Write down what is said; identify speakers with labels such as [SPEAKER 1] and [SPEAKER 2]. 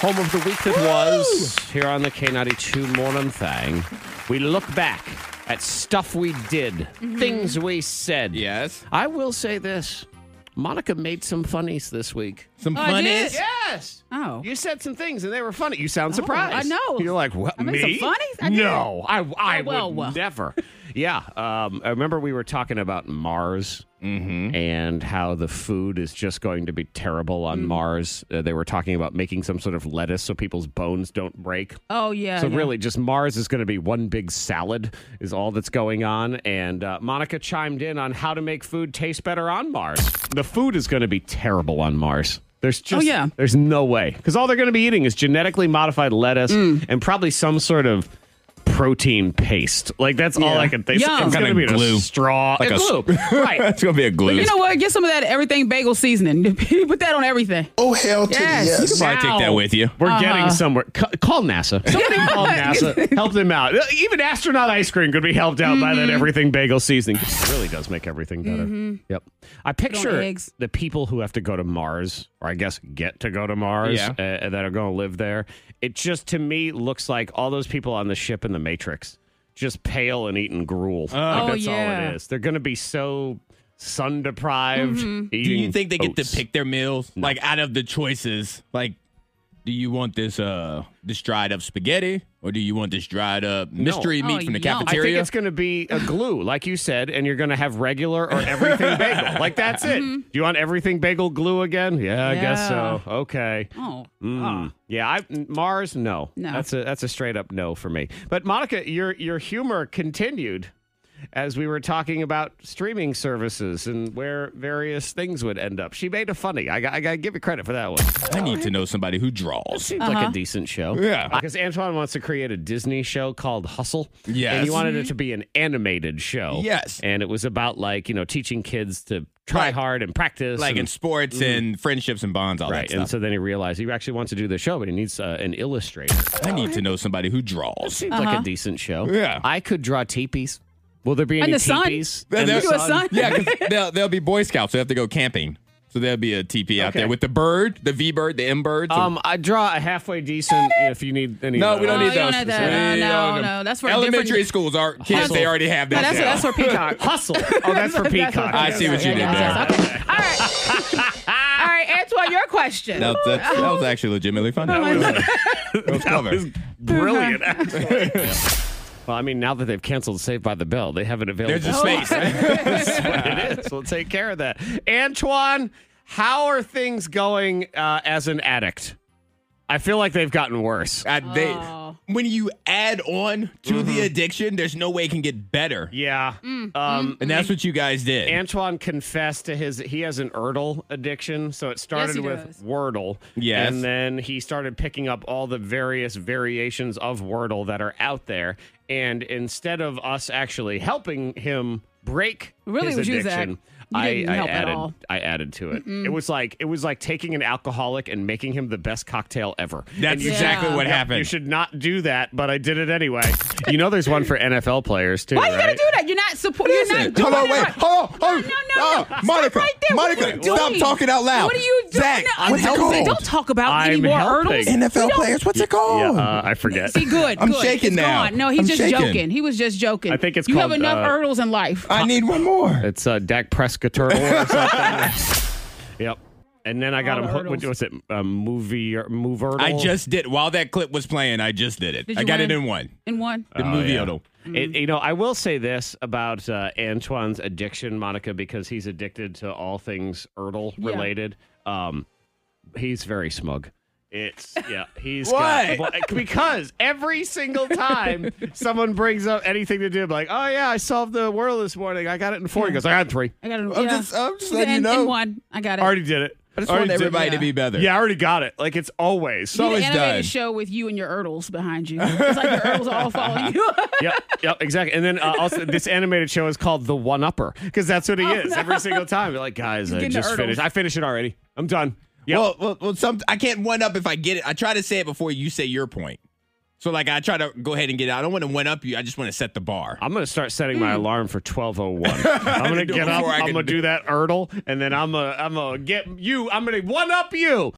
[SPEAKER 1] home of the week that was here on the K92 Morning Thing. We look back at stuff we did, things we said.
[SPEAKER 2] Yes.
[SPEAKER 1] I will say this Monica made some funnies this week.
[SPEAKER 2] Some
[SPEAKER 3] Oh, I
[SPEAKER 2] fun
[SPEAKER 3] did?
[SPEAKER 2] is.
[SPEAKER 1] Yes.
[SPEAKER 3] Oh.
[SPEAKER 1] You said some things and they were funny. You sound surprised.
[SPEAKER 3] I know.
[SPEAKER 1] You're like, what?
[SPEAKER 3] I made
[SPEAKER 1] me?
[SPEAKER 3] some funnies? I did.
[SPEAKER 1] no, I, I
[SPEAKER 3] Oh, well,
[SPEAKER 1] would
[SPEAKER 3] well.
[SPEAKER 1] never. yeah. Um, I remember we were talking about Mars and how the food is just going to be terrible
[SPEAKER 3] Mm.
[SPEAKER 1] on Mars. Uh, they were talking about making some sort of lettuce so people's bones don't break.
[SPEAKER 3] Oh yeah.
[SPEAKER 1] So
[SPEAKER 3] yeah.
[SPEAKER 1] really, just Mars is going to be one big salad is all that's going on. And uh, Monica chimed in on how to make food taste better on Mars. The food is going to be terrible on Mars. There's just
[SPEAKER 3] Oh, yeah.
[SPEAKER 1] there's no way because all they're going to be eating is genetically modified lettuce
[SPEAKER 3] Mm.
[SPEAKER 1] and probably some sort of protein paste. Like that's all
[SPEAKER 3] Yeah.
[SPEAKER 1] I can think.
[SPEAKER 3] Yum.
[SPEAKER 1] It's going
[SPEAKER 2] Kinda
[SPEAKER 1] to be in
[SPEAKER 2] glue.
[SPEAKER 1] a straw,
[SPEAKER 2] Like
[SPEAKER 1] a
[SPEAKER 2] a s-
[SPEAKER 1] glue, right?
[SPEAKER 2] It's gonna be a glue.
[SPEAKER 3] You know what? Get some of that everything bagel seasoning. Put that on everything.
[SPEAKER 4] Oh, hell to the
[SPEAKER 3] Yes.
[SPEAKER 4] yes.
[SPEAKER 2] can probably take
[SPEAKER 1] Now
[SPEAKER 2] that with you.
[SPEAKER 1] We're
[SPEAKER 3] Uh-huh.
[SPEAKER 1] getting somewhere. C- call NASA. Somebody call NASA. Help them out. Uh, Even astronaut ice cream could be helped out by
[SPEAKER 3] Mm-hmm.
[SPEAKER 1] that everything bagel seasoning. It really does make everything better. Yep. I picture
[SPEAKER 3] eggs.
[SPEAKER 1] the people who have to go to Mars, or I guess get to go to Mars,
[SPEAKER 2] Yeah.
[SPEAKER 1] uh, that are going to live there. It just, to me, looks like all those people on the ship in the Matrix, just pale and eating gruel. like
[SPEAKER 3] Oh,
[SPEAKER 1] that's all
[SPEAKER 3] yeah.
[SPEAKER 1] it is. They're going to be so sun deprived.
[SPEAKER 3] Mm-hmm.
[SPEAKER 2] Do you think they get to pick their meals?
[SPEAKER 1] No.
[SPEAKER 2] Like out of the choices, like do you want this uh this dried up spaghetti or do you want this dried up mystery
[SPEAKER 3] Oh,
[SPEAKER 2] meat from the
[SPEAKER 3] yum. I think
[SPEAKER 1] I think
[SPEAKER 2] cafeteria?
[SPEAKER 1] it's going to be a glue, like you said, and you're going to have regular or everything bagel. Like that's it. Do you want everything bagel glue again? Yeah, I guess so. Okay.
[SPEAKER 3] Oh.
[SPEAKER 1] Mm. Yeah, I, Mars. No,
[SPEAKER 3] No.
[SPEAKER 1] That's a that's a straight up no for me. But Monica, your your humor continued as we were talking about streaming services and where various things would end up. She made a funny. I got I got to give you credit for that one.
[SPEAKER 2] I need to know somebody who draws.
[SPEAKER 1] Seems
[SPEAKER 3] Uh-huh.
[SPEAKER 1] like a decent show.
[SPEAKER 2] Yeah.
[SPEAKER 1] Because Antoine wants to create a Disney show called Hustle.
[SPEAKER 2] Yes.
[SPEAKER 1] And he wanted it to be an animated show.
[SPEAKER 2] Yes.
[SPEAKER 1] And it was about, like, you know, teaching kids to try
[SPEAKER 2] Right.
[SPEAKER 1] hard and practice.
[SPEAKER 2] Like
[SPEAKER 1] and,
[SPEAKER 2] in sports and friendships and bonds, all
[SPEAKER 1] Right.
[SPEAKER 2] that
[SPEAKER 1] And
[SPEAKER 2] stuff.
[SPEAKER 1] so then he realized he actually wants to do the show, but he needs uh, an illustrator.
[SPEAKER 2] I need to know somebody who draws.
[SPEAKER 1] Seems
[SPEAKER 3] Uh-huh.
[SPEAKER 1] like a decent show.
[SPEAKER 2] Yeah.
[SPEAKER 1] I could draw teepees. Will there be any
[SPEAKER 3] the sun.
[SPEAKER 1] teepees?
[SPEAKER 2] There-
[SPEAKER 1] And
[SPEAKER 2] there-
[SPEAKER 3] You do a sun?
[SPEAKER 2] Yeah, because they'll, they'll be Boy Scouts. They have to go camping. So there'll be a teepee out
[SPEAKER 1] Okay.
[SPEAKER 2] there with the bird, the V bird, the M bird. so-
[SPEAKER 1] Um, I draw a halfway decent if you need any.
[SPEAKER 2] no,
[SPEAKER 1] of
[SPEAKER 2] we don't
[SPEAKER 3] No,
[SPEAKER 1] those.
[SPEAKER 2] need
[SPEAKER 3] Oh, you don't
[SPEAKER 2] those.
[SPEAKER 3] have that.
[SPEAKER 2] We
[SPEAKER 3] No,
[SPEAKER 2] don't-
[SPEAKER 3] no, that's for a
[SPEAKER 2] elementary
[SPEAKER 3] different-
[SPEAKER 2] schools. Our kids, they already have
[SPEAKER 3] No,
[SPEAKER 2] that.
[SPEAKER 3] that's,
[SPEAKER 2] down.
[SPEAKER 3] that's for peacock.
[SPEAKER 1] Hustle. Oh, that's for Peacock.
[SPEAKER 2] I see what you did there.
[SPEAKER 3] All right. All right, Antoine, your question.
[SPEAKER 2] That, that's- that was actually legitimately fun. That was, that was clever.
[SPEAKER 1] Brilliant. actually. Well, I mean, now that they've canceled Saved by the Bell, they have it available.
[SPEAKER 2] There's a space.
[SPEAKER 3] Oh.
[SPEAKER 1] it is. We'll take care of that. Antoine, how are things going uh, as an addict? I feel like they've gotten worse.
[SPEAKER 2] I- they-
[SPEAKER 3] Oh. Mm-hmm.
[SPEAKER 2] when you add on to the addiction, there's no way it can get better.
[SPEAKER 1] Yeah. Um,
[SPEAKER 2] And that's what you guys did.
[SPEAKER 1] Antoine confessed to his he has an Erdl addiction, so it started
[SPEAKER 3] he
[SPEAKER 1] with
[SPEAKER 3] does.
[SPEAKER 1] Wordle,
[SPEAKER 2] Yes.
[SPEAKER 1] and then he started picking up all the various variations of Wordle that are out there. And instead of us actually helping him break
[SPEAKER 3] Really
[SPEAKER 1] his
[SPEAKER 3] was you, Zach.
[SPEAKER 1] addiction,
[SPEAKER 3] You
[SPEAKER 1] I,
[SPEAKER 3] didn't
[SPEAKER 1] I
[SPEAKER 3] help at
[SPEAKER 1] added
[SPEAKER 3] all.
[SPEAKER 1] I added to it. It was like it was like taking an alcoholic and making him the best cocktail ever.
[SPEAKER 2] that's
[SPEAKER 1] And you
[SPEAKER 2] exactly
[SPEAKER 3] Yeah.
[SPEAKER 2] what
[SPEAKER 1] Yep,
[SPEAKER 2] happened.
[SPEAKER 1] You should not do that, but I did it anyway. you know, there's one for NFL players too.
[SPEAKER 3] Why you gotta
[SPEAKER 1] right?
[SPEAKER 3] do that? You're not supporting. You're not doing
[SPEAKER 4] Hold on,
[SPEAKER 3] it
[SPEAKER 4] wait.
[SPEAKER 3] right.
[SPEAKER 4] Hold on. Hold on.
[SPEAKER 3] No, no, no,
[SPEAKER 4] Ah,
[SPEAKER 3] no.
[SPEAKER 4] Monica,
[SPEAKER 3] Stop right there. What are
[SPEAKER 4] Monica,
[SPEAKER 3] you
[SPEAKER 4] stop
[SPEAKER 3] doing?
[SPEAKER 4] talking out loud.
[SPEAKER 3] What are you doing?
[SPEAKER 4] Zach,
[SPEAKER 3] No, I'm
[SPEAKER 4] what's it
[SPEAKER 3] helping.
[SPEAKER 4] called?
[SPEAKER 3] Don't talk about any
[SPEAKER 1] I'm
[SPEAKER 3] more
[SPEAKER 1] helping.
[SPEAKER 3] hurdles.
[SPEAKER 4] NFL
[SPEAKER 3] We don't-
[SPEAKER 4] players, what's it called?
[SPEAKER 1] Yeah, uh, I forget.
[SPEAKER 3] See, good.
[SPEAKER 4] I'm
[SPEAKER 3] good.
[SPEAKER 4] shaking
[SPEAKER 3] He's
[SPEAKER 4] now.
[SPEAKER 3] Gone. No, he's
[SPEAKER 4] I'm
[SPEAKER 3] just
[SPEAKER 4] shaking.
[SPEAKER 3] joking. He was just joking.
[SPEAKER 1] I think it's
[SPEAKER 3] you
[SPEAKER 1] called,
[SPEAKER 3] have enough
[SPEAKER 1] uh,
[SPEAKER 3] hurdles in life.
[SPEAKER 4] I need one more.
[SPEAKER 1] It's uh, Dak Prescott turtle or something. yep. And then I got him hooked. What was it? A movie uh, or mover?
[SPEAKER 2] I just did. While that clip was playing, I just did it.
[SPEAKER 3] Oh. Did
[SPEAKER 2] I
[SPEAKER 3] you
[SPEAKER 2] got
[SPEAKER 3] win?
[SPEAKER 2] it in one. Oh,
[SPEAKER 3] in one.
[SPEAKER 4] Uh,
[SPEAKER 2] The movie auto.
[SPEAKER 1] It, you know, I will say this about uh, Antoine's addiction, Monica, because he's addicted to all things Ertl
[SPEAKER 3] Yeah.
[SPEAKER 1] related. Um, he's very smug. It's yeah, he's
[SPEAKER 2] Why?
[SPEAKER 1] got well, eh, because every single time someone brings up anything to do, I'm like, oh yeah, I solved the world this morning. I got it in four. He goes, I got three.
[SPEAKER 3] I got it.
[SPEAKER 4] I'm
[SPEAKER 3] yeah.
[SPEAKER 4] just- I'm just
[SPEAKER 3] He's
[SPEAKER 4] letting you
[SPEAKER 3] in,
[SPEAKER 4] know. Oh,
[SPEAKER 3] In one. I got it.
[SPEAKER 1] Already did it.
[SPEAKER 2] I just
[SPEAKER 1] Already
[SPEAKER 2] want
[SPEAKER 1] did it.
[SPEAKER 2] everybody
[SPEAKER 3] yeah.
[SPEAKER 2] to be better.
[SPEAKER 1] Yeah, I already got it. Like it's always.
[SPEAKER 3] You
[SPEAKER 1] So
[SPEAKER 3] need
[SPEAKER 2] always
[SPEAKER 3] an animated
[SPEAKER 2] done.
[SPEAKER 3] show with you and your urdles behind you. It's like your urdles are all following you.
[SPEAKER 1] yep, yep, exactly. And then uh, also, this animated show is called The One Upper because that's what he
[SPEAKER 2] Oh.
[SPEAKER 1] is every single time. You're like, guys, I
[SPEAKER 3] getting
[SPEAKER 1] just
[SPEAKER 3] the
[SPEAKER 1] finished.
[SPEAKER 3] hurdles.
[SPEAKER 1] I finished it already. I'm done. Yep.
[SPEAKER 2] Well, well, well some, I can't one up if I get it. I try to say it before you say your point. So, like, I try to go ahead and get it. I don't want to one up you. I just want to set the bar.
[SPEAKER 1] I'm gonna start setting my alarm for 12:01. I'm gonna
[SPEAKER 2] Hmm. do it
[SPEAKER 1] get up.
[SPEAKER 2] before I
[SPEAKER 1] I'm
[SPEAKER 2] can
[SPEAKER 1] gonna
[SPEAKER 2] do
[SPEAKER 1] do that hurdle, and then I'm gonna I'm gonna get you. I'm gonna one up you.